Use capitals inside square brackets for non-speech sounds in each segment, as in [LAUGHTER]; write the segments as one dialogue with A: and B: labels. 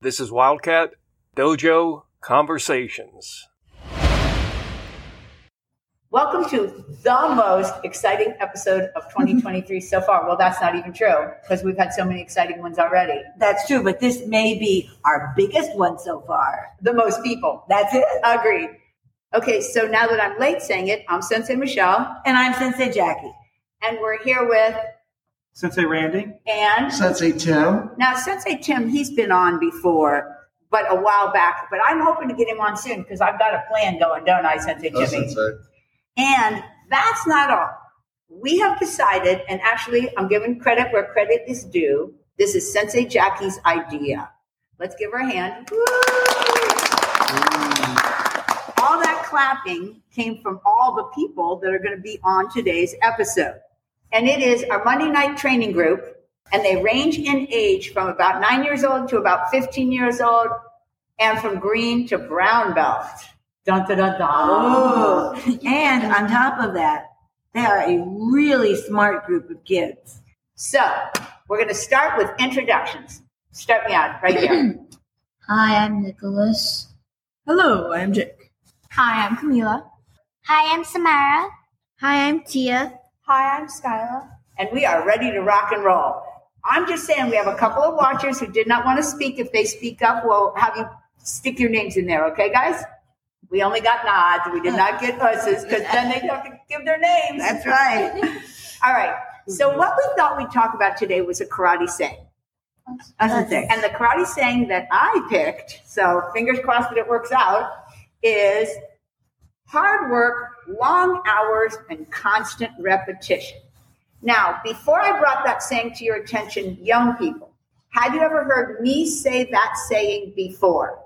A: This is Wildcat Dojo Conversations.
B: Welcome to the most exciting episode
C: [LAUGHS]
B: of 2023 so far. Well, that's not even true because we've had so many exciting ones already.
C: That's true, but this may be our biggest one so far.
B: The most people.
C: That's it.
B: Agreed. Okay, so now that I'm late saying it, I'm Sensei Michelle,
C: And I'm Sensei Jackie.
B: and we're here with
D: Sensei Randy.
B: Anne.
E: Sensei Tim.
B: Now, Sensei Tim, he's been on before, but a while back. But I'm hoping to get him on soon because I've got a plan going, don't I, Sensei
E: Oh,
B: Jimmy?
E: sensei.
B: And that's not all. We have decided, and actually, I'm giving credit where credit is due. This is Sensei Jackie's idea. Let's give her a hand. Woo! All that clapping came from all the people that are going to be on today's episode. And it is our Monday night training group, and they range in age from about nine years old to about 15 years old, and from green to brown belt. Dun, dun, dun, dun.
C: Oh. and on top of that, they are a really smart group of kids.
B: So we're going to start with introductions. Start me out right
C: [CLEARS THROAT]
B: here.
F: Hi, I'm Nicholas.
G: Hello, I'm Jake.
F: Hi, I'm Camila. Hi, I'm Samara. Hi, I'm Tia. Hi, I'm Skyla.
B: and we are ready to rock and roll. I'm just saying we have a couple of watchers who did not want to speak. If they speak up, we'll have you stick your names in there. Okay, guys? We only got nods. We did not get usses because then they have to give their names.
C: That's right.
B: [LAUGHS] All right. So what we thought we'd talk about today was a karate saying.
C: That's the thing.
B: And the karate saying that I picked, so fingers crossed that it works out, is hard work, long hours, and constant repetition. Now, before I brought that saying to your attention, young people, have you ever heard me say that saying before?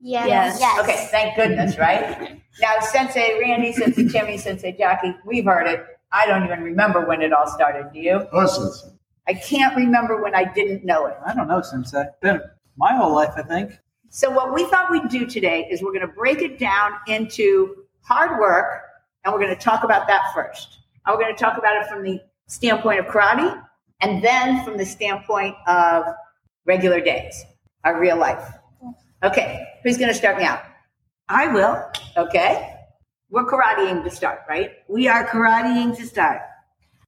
F: Yes. yes.
B: Okay, thank goodness, right? now, Sensei Randy, Sensei Jimmy, Sensei Jackie, we've heard it. I don't even remember when it all started. Do you?
E: Oh, sensei.
B: I can't remember when I didn't know it.
D: I don't know, Sensei. Been my whole life, I think.
B: So, what we thought we'd do today is we're going to break it down into hard work, and we're going to talk about that first. And we're going to talk about it from the standpoint of karate, and then from the standpoint of regular days, our real life. Okay, who's going to start me out?
C: I will.
B: Okay, we're karateing to start, right?
C: We are karateing to start.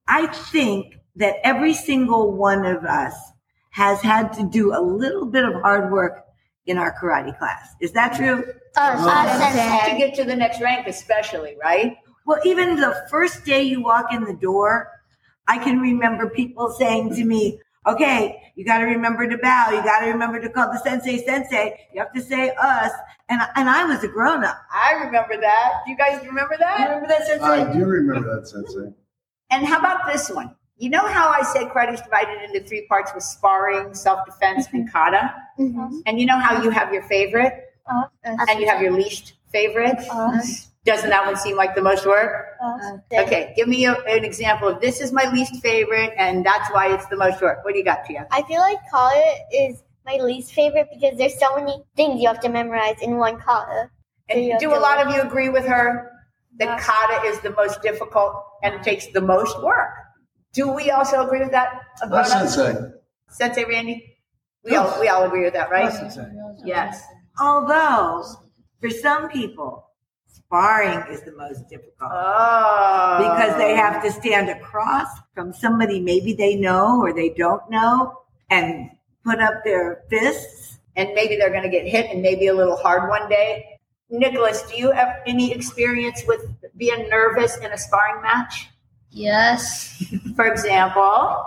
C: I think that every single one of us has had to do a little bit of hard work in our karate class. Is that true?
F: Oh,
B: To get to the next rank, especially, right?
C: Well, even the first day you walk in the door, I can remember people saying to me, okay, you got to remember to bow. You got to remember to call the sensei sensei. You have to say us. And, and I was a grown up.
B: I remember that. Do you guys remember that?
C: You remember that sensei?
E: I do remember that, Sensei.
B: And how about this one? You know how I say karate is divided into three parts with sparring, self defense, and kata? And you know how you have your favorite and you have your least favorite? Doesn't that one seem like the most work? Okay, give me a, an example of this is my least favorite and that's why it's the most work. What do you got, Tia?
H: I feel like Kala is my least favorite because there's so many things you have to memorize in one Kala. So you
B: And
H: have
B: do
H: to
B: a lot of you agree with her that kata is the most difficult and it takes the most work? Do we also agree with that?
E: Oh,
B: Abana?
E: sensei.
B: Sensei Randy? We all, we all agree with that, right?
D: Oh, sensei.
B: Yes.
C: Although for some people, sparring is the most difficult.
B: Oh.
C: because they have to stand across from somebody maybe they know or they don't know and put up their fists.
B: and maybe they're going to get hit and maybe a little hard one day. Nicholas, do you have any experience with being nervous in a sparring match?
F: Yes.
B: For example,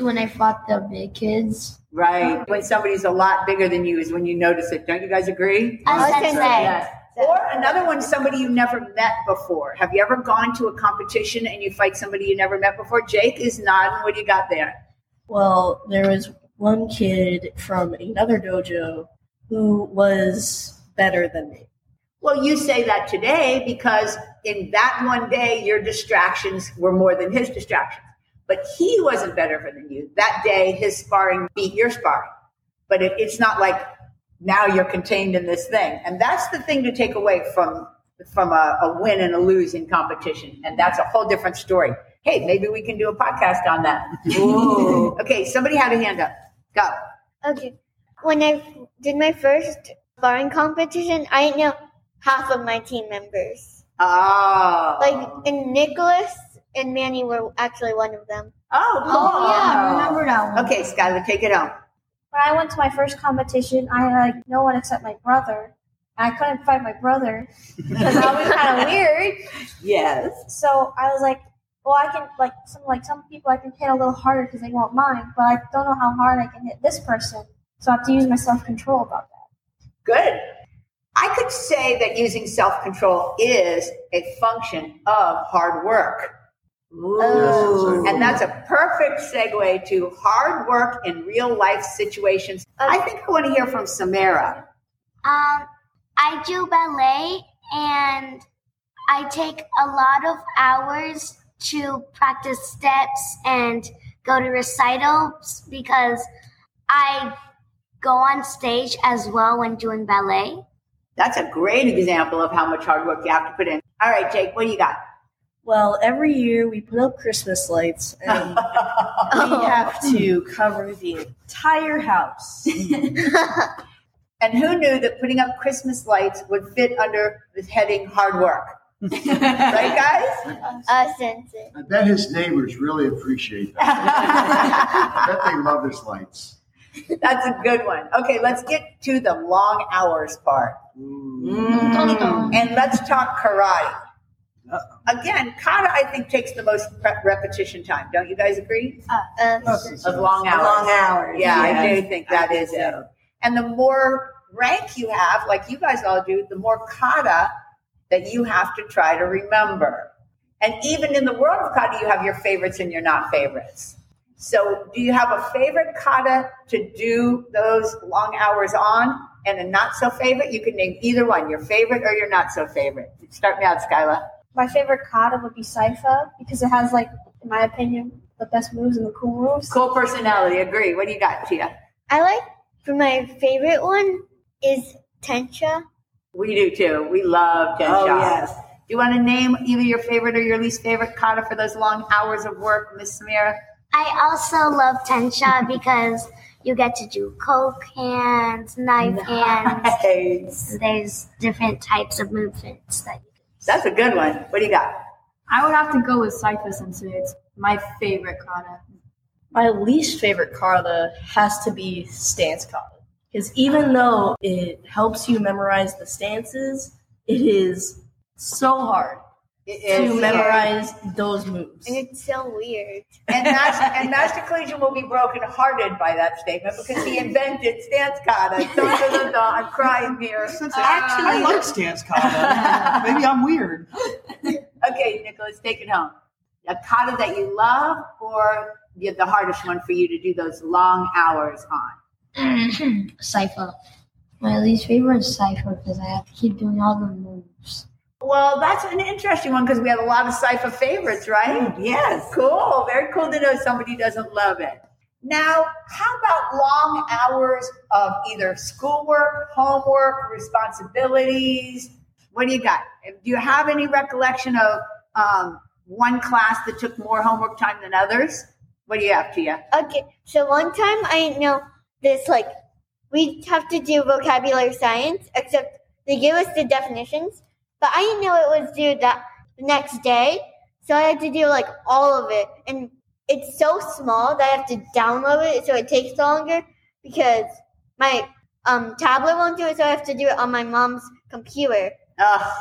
F: When I fought the big kids.
B: right when somebody's a lot bigger than you is when you notice it. Don't you guys agree?
H: Us
F: Us
H: sensei.
F: sensei.
B: Or another one, somebody you never met before. Have you ever gone to a competition and you fight somebody you never met before? Jake is nodding. What do you got there?
G: Well, there was one kid from another dojo who was better than me.
B: Well, you say that today because in that one day, your distractions were more than his distractions. But he wasn't better than you. That day, his sparring beat your sparring. But it, it's not like now you're contained in this thing. And that's the thing to take away from from a, a win and a lose in competition. And that's a whole different story. Hey, maybe we can do [LAUGHS] a podcast on that. okay, somebody had a hand up. Go.
H: Okay. when I did my first sparring competition, I didn't know half of my team members.
B: Oh.
H: Like, and Nicholas and Manny were actually one of them.
B: oh, cool.
I: Oh, yeah, I remember that one.
B: Okay, Skylar, take it home.
I: When I went to my first competition, I had like no one except my brother. And I couldn't fight my brother because I was kind of weird.
B: Yes.
I: So I was like, well, I can like some like some people I can hit a little harder because they won't mind, but I don't know how hard I can hit this person. So I have to use my self control about that.
B: Good. I could say that using self control is a function of hard work.
C: Oh.
E: Ooh.
B: And that's a perfect segue to hard work in real life situations. I think I want to hear from Samara.
F: Um, I do ballet and I take a lot of hours to practice steps and go to recitals because I go on stage as well when doing ballet.
B: That's a great example of how much hard work you have to put in. All right, Jake, what do you got?
G: Well, every year we put up Christmas lights and we
H: Oh,
G: have to cover the entire house.
B: And who knew that putting up Christmas lights would fit under the heading hard work? right, guys? [LAUGHS]
H: Uh, Sensei.
E: I bet his neighbors really appreciate that. I bet they love his lights.
B: That's a good one. Okay, let's get to the long hours part.
C: Mm.
F: dun.
B: And let's talk karate.
D: Uh-oh.
B: Again, kata, I think, takes the most prep repetition time. Don't you guys agree?
H: Uh,
B: Of long hours.
C: Long hours.
B: Yeah, I
C: yes.
B: do think that is it. And the more rank you have, like you guys all do, the more kata that you have to try to remember. And even in the world of kata, you have your favorites and your not favorites. So, do you have a favorite kata to do those long hours on and a not so favorite? You can name either one, your favorite or your not so favorite. Start me out, Skyla.
I: My favorite kata would be Sypha because it has like, in my opinion, the best moves and the cool moves.
B: Cool personality, agree. What do you got, Tia?
H: I like, for my favorite one is Tensha.
B: We do too. We love Jen
C: Oh,
B: Shaw.
C: yes.
B: Do you want to name either your favorite or your least favorite kata for those long hours of work, Miss Samira?
F: I also love Tensha because you get to do coke hands, knife
B: Nice.
F: hands. There's different types of movements that you
B: That's a good one. What do you got?
J: I would have to go with Cypher Sensei. It's my favorite kata.
G: My least favorite kata has to be stance kata. Because even though it helps you memorize the stances, it is so hard
B: It
G: to memorize those moves.
H: And it's so weird.
B: [LAUGHS] And Master, and Master Collegian will be brokenhearted by that statement because he invented stance [LAUGHS] kata. Dun, dun, dun, dun. I'm crying here.
D: Sensei, I like stance kata. Maybe I'm weird.
B: Okay, Nicholas, take it home. A kata that you love or the the hardest one for you to do those long hours on?
F: Cypher. My least favorite is Cypher because I have to keep doing all the moves.
B: Well, that's an interesting one because we have a lot of cipher favorites, right? Yes. Cool. Very cool to know somebody doesn't love it. Now, how about long hours of either schoolwork, homework, responsibilities? What do you got? Do you have any recollection of um, one class that took more homework time than others? What do you have, Tia?
H: Okay, so one time I didn't know this, like, we have to do vocabulary science, except they give us the definitions, but I didn't know it was due that the next day, so I had to do, like, all of it. And it's so small that I have to download it, so it takes longer because my um, tablet won't do it, so I have to do it on my mom's computer.
B: Ugh.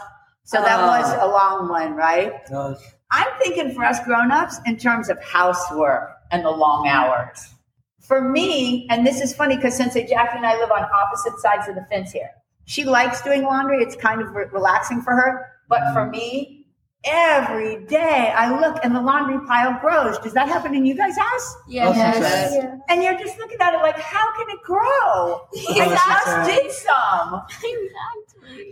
B: So that
C: Uh.
B: was a long one, right?
D: Does.
B: I'm thinking for us grown-ups in terms of housework and the long hours. For me, and this is funny because Sensei Jackie and I live on opposite sides of the fence here. She likes doing laundry. It's kind of re- relaxing for her. But for me, every day I look and the laundry pile grows. Does that happen in you guys' house?
D: Yes.
B: And you're just looking at it like, how can it grow?
D: Oh,
B: And ours
D: Sensei.
B: did some.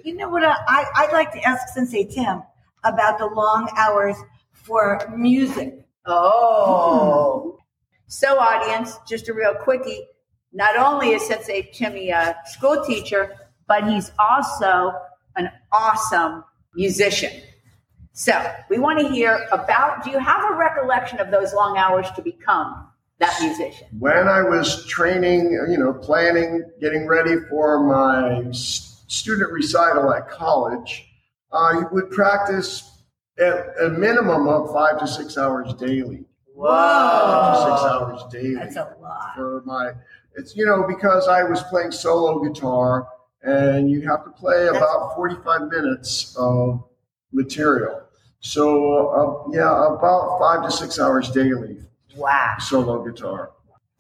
C: You know what? I, I- I'd like to ask Sensei Tim about the long hours for music.
B: Oh. So, audience, just a real quickie. Not only is Sensei Timmy a school teacher, but he's also an awesome musician. So, we want to hear about do you have a recollection of those long hours to become that musician?
E: When I was training, you know, planning, getting ready for my s- student recital at college, I would practice at a minimum of five to six hours daily. Five to Six hours daily.
C: That's a lot.
E: for my it's you know because i was playing solo guitar and you have to play about 45 minutes of material so uh, yeah about five to six hours daily
B: wow [LAUGHS]
E: solo guitar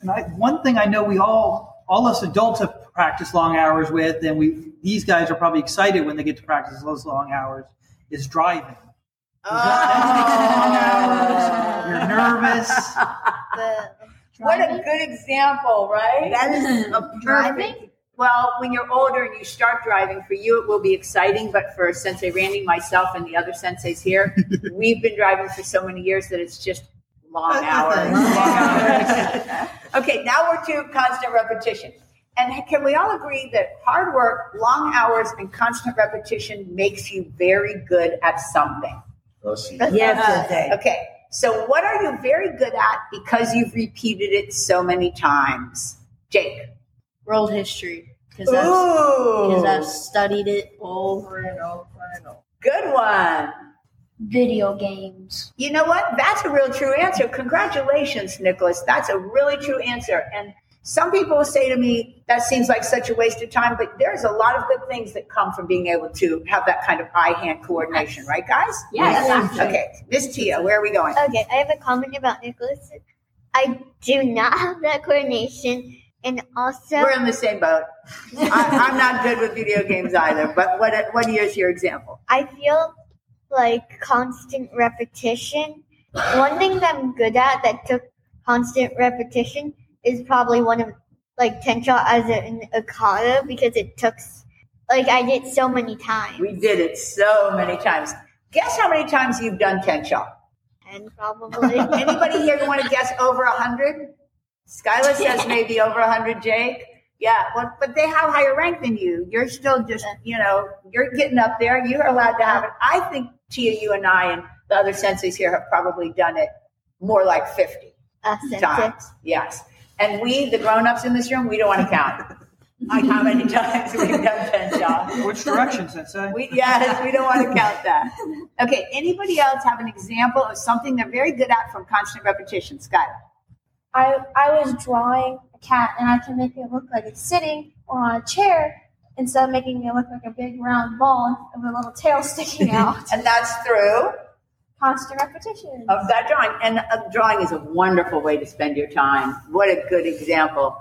D: And I, one thing I know we all, all us adults have practiced long hours with, and we these guys are probably excited when they get to practice those long hours, is driving.
B: Oh.
D: You're nervous.
B: What a good example, right? That is
C: [LAUGHS]
B: a perfect. Well, when you're older and you start driving, for you it will be exciting, but for Sensei Randy, myself, and the other senseis here, we've been driving for so many years that it's just long
C: [LAUGHS]
B: hours. long hours. okay, now we're to constant repetition. And can we all agree that hard work, long hours, and constant repetition makes you very good at something?
E: Let's see.
C: Yes, Jose.
B: Okay. So, what are you very good at because you've repeated it so many times? Jake.
G: [LAUGHS] World history. Because I've,
B: Ooh.
G: 'cause I've studied it over and over and over.
B: Good one.
F: Video games.
B: You know what? That's a real true answer. Congratulations, Nicholas. That's a really true answer. And some people say to me, that seems like such a waste of time, but there's a lot of good things that come from being able to have that kind of eye hand coordination, right, guys?
J: Yes.
B: Okay. Miss Tia, where are we going?
H: Okay, I have a comment about Nicholas. I do not have that coordination, and also
B: We're in the same boat. I, I'm not good with video games either, but what, what is your example?
H: I feel like constant repetition. One thing that I'm good at that took constant repetition is probably one of like ten shot as an Okada because it took s- like I did so many times
B: We did it so many times. Guess how many times you've done ten shot?
H: and probably
B: Anybody here want to guess over a hundred? [LAUGHS] Skylar says maybe over a hundred. Jake, yeah, well, but they have higher rank than you. You're still just, you know, you're getting up there. You are allowed to have it. I think Tia, you and I, and the other senseis here have probably done it more like fifty
H: a sentence.
B: times. Yes, and we, the grown-ups in this room, we don't want to count. [LAUGHS] Like how many times [LAUGHS] we've done ten shots.
D: Which direction, Sensei?
B: We, yes, we don't want to count that. Okay, anybody else have an example of something they're very good at from constant repetition? Skylar.
I: I I was drawing a cat, and I can make it look like it's sitting or on a chair instead of making it look like a big round ball with a little tail sticking out.
B: And that's through
I: Constant repetition.
B: of that drawing. And a drawing is a wonderful way to spend your time. What a good example.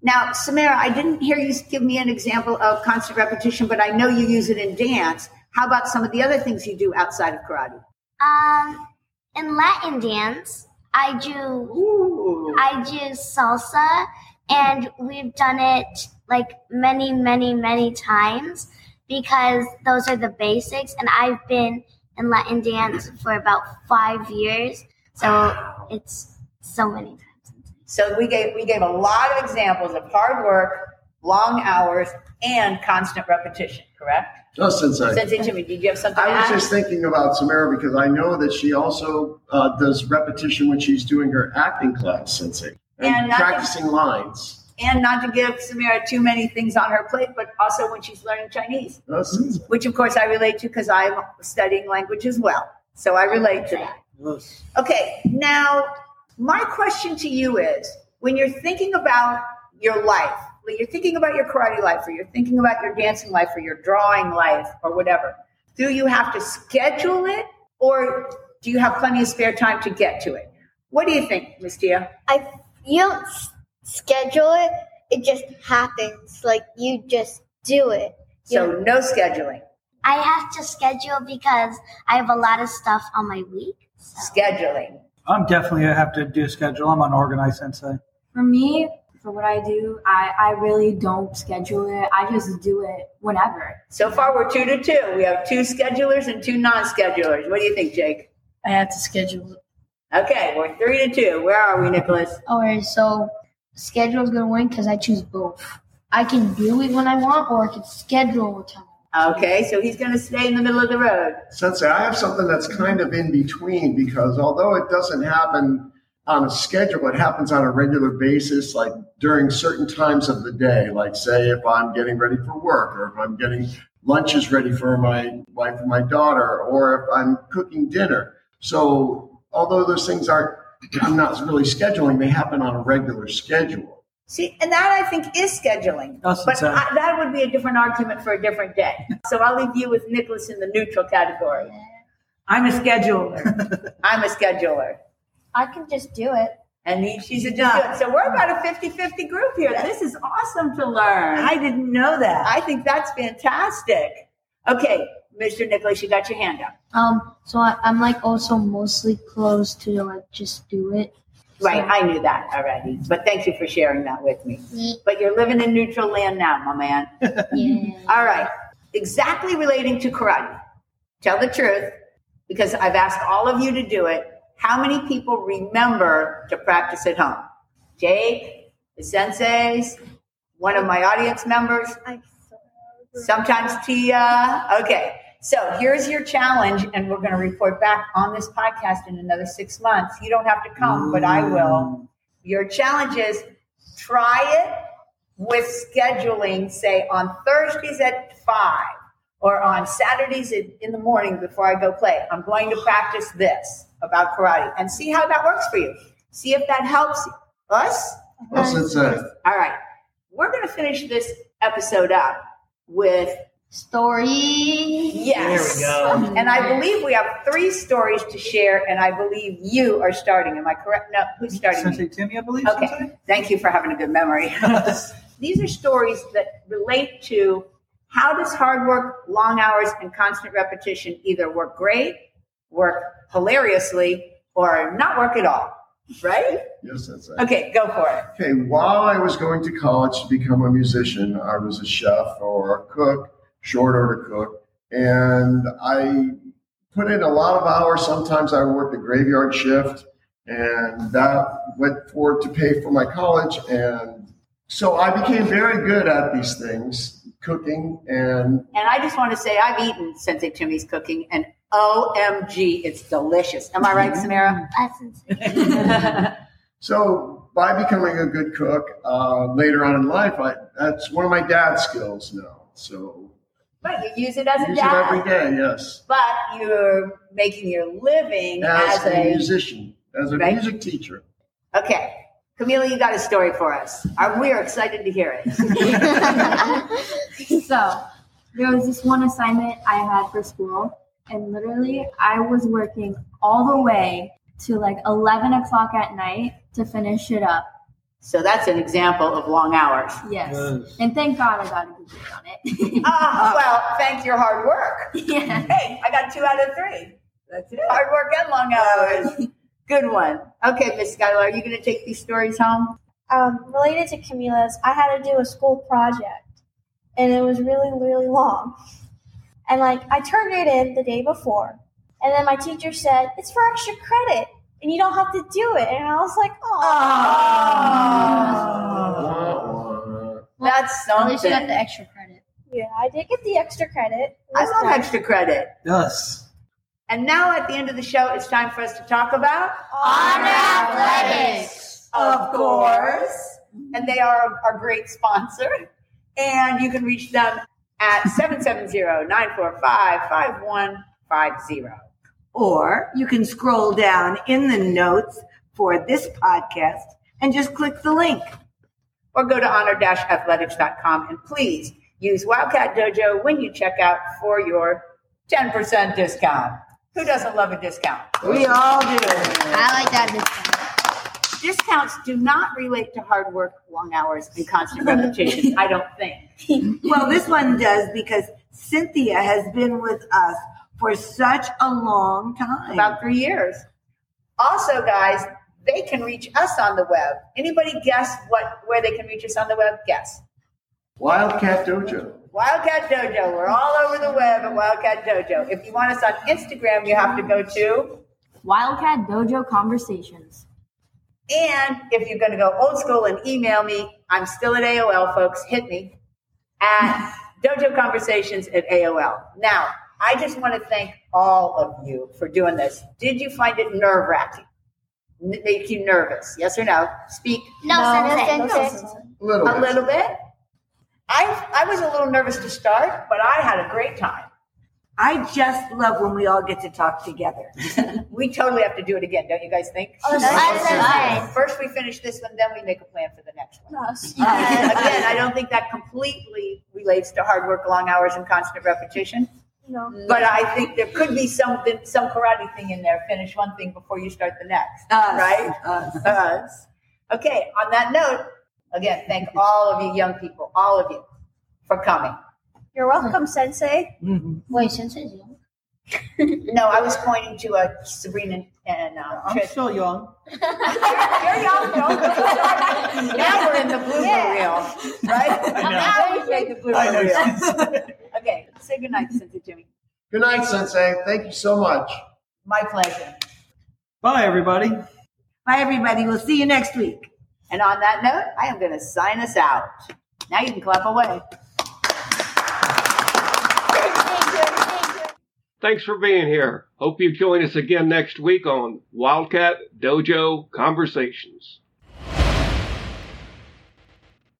B: Now, Samara, I didn't hear you give me an example of constant repetition, but I know you use it in dance. How about some of the other things you do outside of karate?
F: Um, in Latin dance, I do
B: Ooh.
F: I do salsa, and we've done it like many, many, many times because those are the basics. And I've been in Latin dance for about five years, so it's so many times.
B: So we gave we gave a lot of examples of hard work, long hours, and constant repetition. Correct.
E: no sensei
B: Sensei Jimmy, did you have something?
E: I was
B: to add?
E: just thinking about Samara because I know that she also uh, does repetition when she's doing her acting class, Sensei, and,
B: And I think-
E: practicing lines.
B: and not to give Samira too many things on her plate, but also when she's learning Chinese,
E: No, Sensei.
B: which of course I relate to because I'm studying language as well. So I relate to that. Okay, now my question to you is when you're thinking about your life, when you're thinking about your karate life, or you're thinking about your dancing life, or your drawing life, or whatever, do you have to schedule it or do you have plenty of spare time to get to it? What do you think, Miss Tia?
H: I you don't s- schedule it; it just happens. Like you just do it.
B: So, no scheduling.
F: I have to schedule because I have a lot of stuff on my week. So.
B: scheduling.
D: I'm definitely gonna have to do a schedule. I'm unorganized, Sensei.
J: For me, for what I do, I, I really don't schedule it. I just do it whenever.
B: So far, we're two to two. We have two schedulers and two non-schedulers. What do you think, Jake?
G: I have to schedule it.
B: Okay, we're three to two. Where
C: [LAUGHS]
B: are we, Nicholas?
K: All right, so schedule's gonna win because I choose both. I can do it when I want, or I can schedule a time.
B: Okay, so he's going to stay in the middle of the road.
E: Sensei, I have something that's kind of in between because although it doesn't happen on a schedule, but happens on a regular basis, like during certain times of the day. Like, say, if I'm getting ready for work, or if I'm getting lunches ready for my wife and my daughter, or if I'm cooking dinner. So, although those things aren't, I'm not really scheduling, they happen on a regular schedule.
B: See, and that I think is scheduling.
D: That's
B: but
D: insane.
B: I, that would be a different argument for a different day. So I'll leave you with Nicholas in the neutral category.
C: I'm a scheduler.
B: [LAUGHS] I'm a scheduler.
I: I can just do it.
B: And he- she's a
C: Yeah.
B: judge. So we're about a 50 50 group here. This is awesome to learn.
C: I didn't know that.
B: I think that's fantastic. Okay, Mr. Nicholas, you got your hand up.
K: Um, so I, I'm like also mostly close to like just do it.
B: Right, I knew that already. But thank you for sharing that with me. But you're living in neutral land now, my man. All right. Exactly relating to karate. Tell the truth, because I've asked all of you to do it. How many people remember to practice at home? Jake, the senseis, one of my audience members, sometimes Tia. Okay. So here's your challenge, and we're going to report back on this podcast in another six months. You don't have to come, but I will. Your challenge is try it with scheduling, say on Thursdays at five or on Saturdays in in the morning before I go play. I'm going to practice this about karate and see how that works for you. See if that helps you. us.
E: Well, since uh,
B: All right. We're going to finish this episode up with
K: Story.
B: Yes.
D: There we go.
B: And
E: Mm.
B: I believe we have three stories to share, and I believe you are starting. Am I correct? No, who's starting?
D: Sensei Timmy, I believe.
B: Okay.
D: Sensei?
B: Thank you for having a good memory. [LAUGHS]
D: [LAUGHS]
B: These are stories that relate to how does hard work, long hours, and constant repetition either work great, work hilariously, or not work at all, right?
E: yes, that's it.
B: Okay, go for it.
E: Okay, while I was going to college to become a musician, I was a chef or a cook, short order cook, and I put in a lot of hours. Sometimes I worked a graveyard shift, and that went forward to pay for my college. And so I became very good at these things, cooking, and
B: And I just want to say I've eaten Sensei Timmy's cooking, and OMG, it's delicious. Am I
E: Mm-hmm.
B: right, Samara?
F: Essence.
E: So by becoming a good cook uh, later on in life, I, that's one of my dad's skills now. So
B: Right, you use it as a
E: use it
B: dad.
E: every day, yes.
B: but you're making your living
E: As,
B: as,
E: a,
B: a,
E: musician, as a
B: Right.
E: music teacher.
B: okay camila you got a story for us Uh, we are excited to hear it
J: [LAUGHS] so there was this one assignment I had for school, and literally I was working all the way to like 11 o'clock at night to finish it up.
B: so that's an example of long hours
J: Yes.
D: Yes.
J: And thank God I got a good grade on it. [LAUGHS]
B: ah well thank your hard work
J: yeah.
B: hey i got two out of three that's it hard work and long hours good one okay miss skylar are you going to take these stories home
I: Um, related to Camila's, I had to do a school project, and it was really, really long. And like, I turned it in the day before, and then my teacher said it's for extra credit, and you don't have to do it. And I was like, oh,
E: Ah. Wah, wah.
B: that's
K: At least you got
B: something
K: the extra credit.
I: yeah, I did get the extra credit. It
B: i
I: was
B: love
I: nice.
B: extra credit
D: Yes.
B: and now at the end of the show it's time for us to talk about
I: Honor
K: athletics.
B: of course. And they are our great sponsor. And you can reach them at 770-945-5150.
C: Or you can scroll down in the notes for this podcast and just click the link.
B: Or go to honor-athletics.com and please use Wildcat Dojo when you check out for your 10% discount. Who doesn't love a discount?
C: We all do.
K: I like that discount.
B: Discounts do not relate to hard work, long hours, and constant repetition, I don't think.
C: Well, this one does because Cynthia has been with us for such a long time.
B: about three years. Also, guys, they can reach us on the web. Anybody guess what where they can reach us on the web? Guess.
E: Wildcat Dojo.
B: Wildcat Dojo. We're all over the web at Wildcat Dojo. If you want us on Instagram, you have to go to.
J: Wildcat Dojo Conversations.
B: And if you're going to go old school and email me, I'm still at AOL, folks. Hit me
C: [LAUGHS]
B: at Dojo Conversations at AOL. Now, I just want to thank all of you for doing this. Did you find it nerve wracking? n- make you nervous? Yes or no? Speak.
F: No, No, sensei. no, sensei. Little
B: A
F: bit.
B: little bit. I I was a little nervous to start, but I had a great time.
C: I just love when we all get to talk together. [LAUGHS]
B: we totally have to do it again, don't you guys think?
C: Oh, that's
B: [LAUGHS]
C: Yes. right.
B: Alright, First, we finish this one, then we make a plan for the next one.
C: Yes.
B: Uh, Again, I don't think that completely relates to hard work, long hours, and constant repetition.
I: No.
B: But I think there could be something, some karate thing in there. Finish one thing before you start the next,
C: Us,
B: right?
C: us.
B: Us. Okay. On that note, again, thank all of you, young people, all of you, for coming.
I: You're welcome,
B: [LAUGHS]
I: Sensei.
E: Mm-hmm.
K: Wait, Sensei's young.
B: No, I was pointing to uh, Sabrina and uh,
D: I'm
B: Trish.
D: still young.
B: You're young, though. [LAUGHS] now we're in the blooper
C: Yeah.
B: reel, right? [LAUGHS] Now we've made the
E: I know.
B: blooper reel. okay, say goodnight, Sensei Jimmy.
E: Good night, Sensei. Thank you so much.
B: My pleasure.
D: [LAUGHS] Bye, everybody.
B: Bye, everybody. We'll see you next week. And on that note, I am going to sign us out. Now you can clap away.
A: Thanks for being here. Hope you join us again next week on Wildcat Dojo Conversations.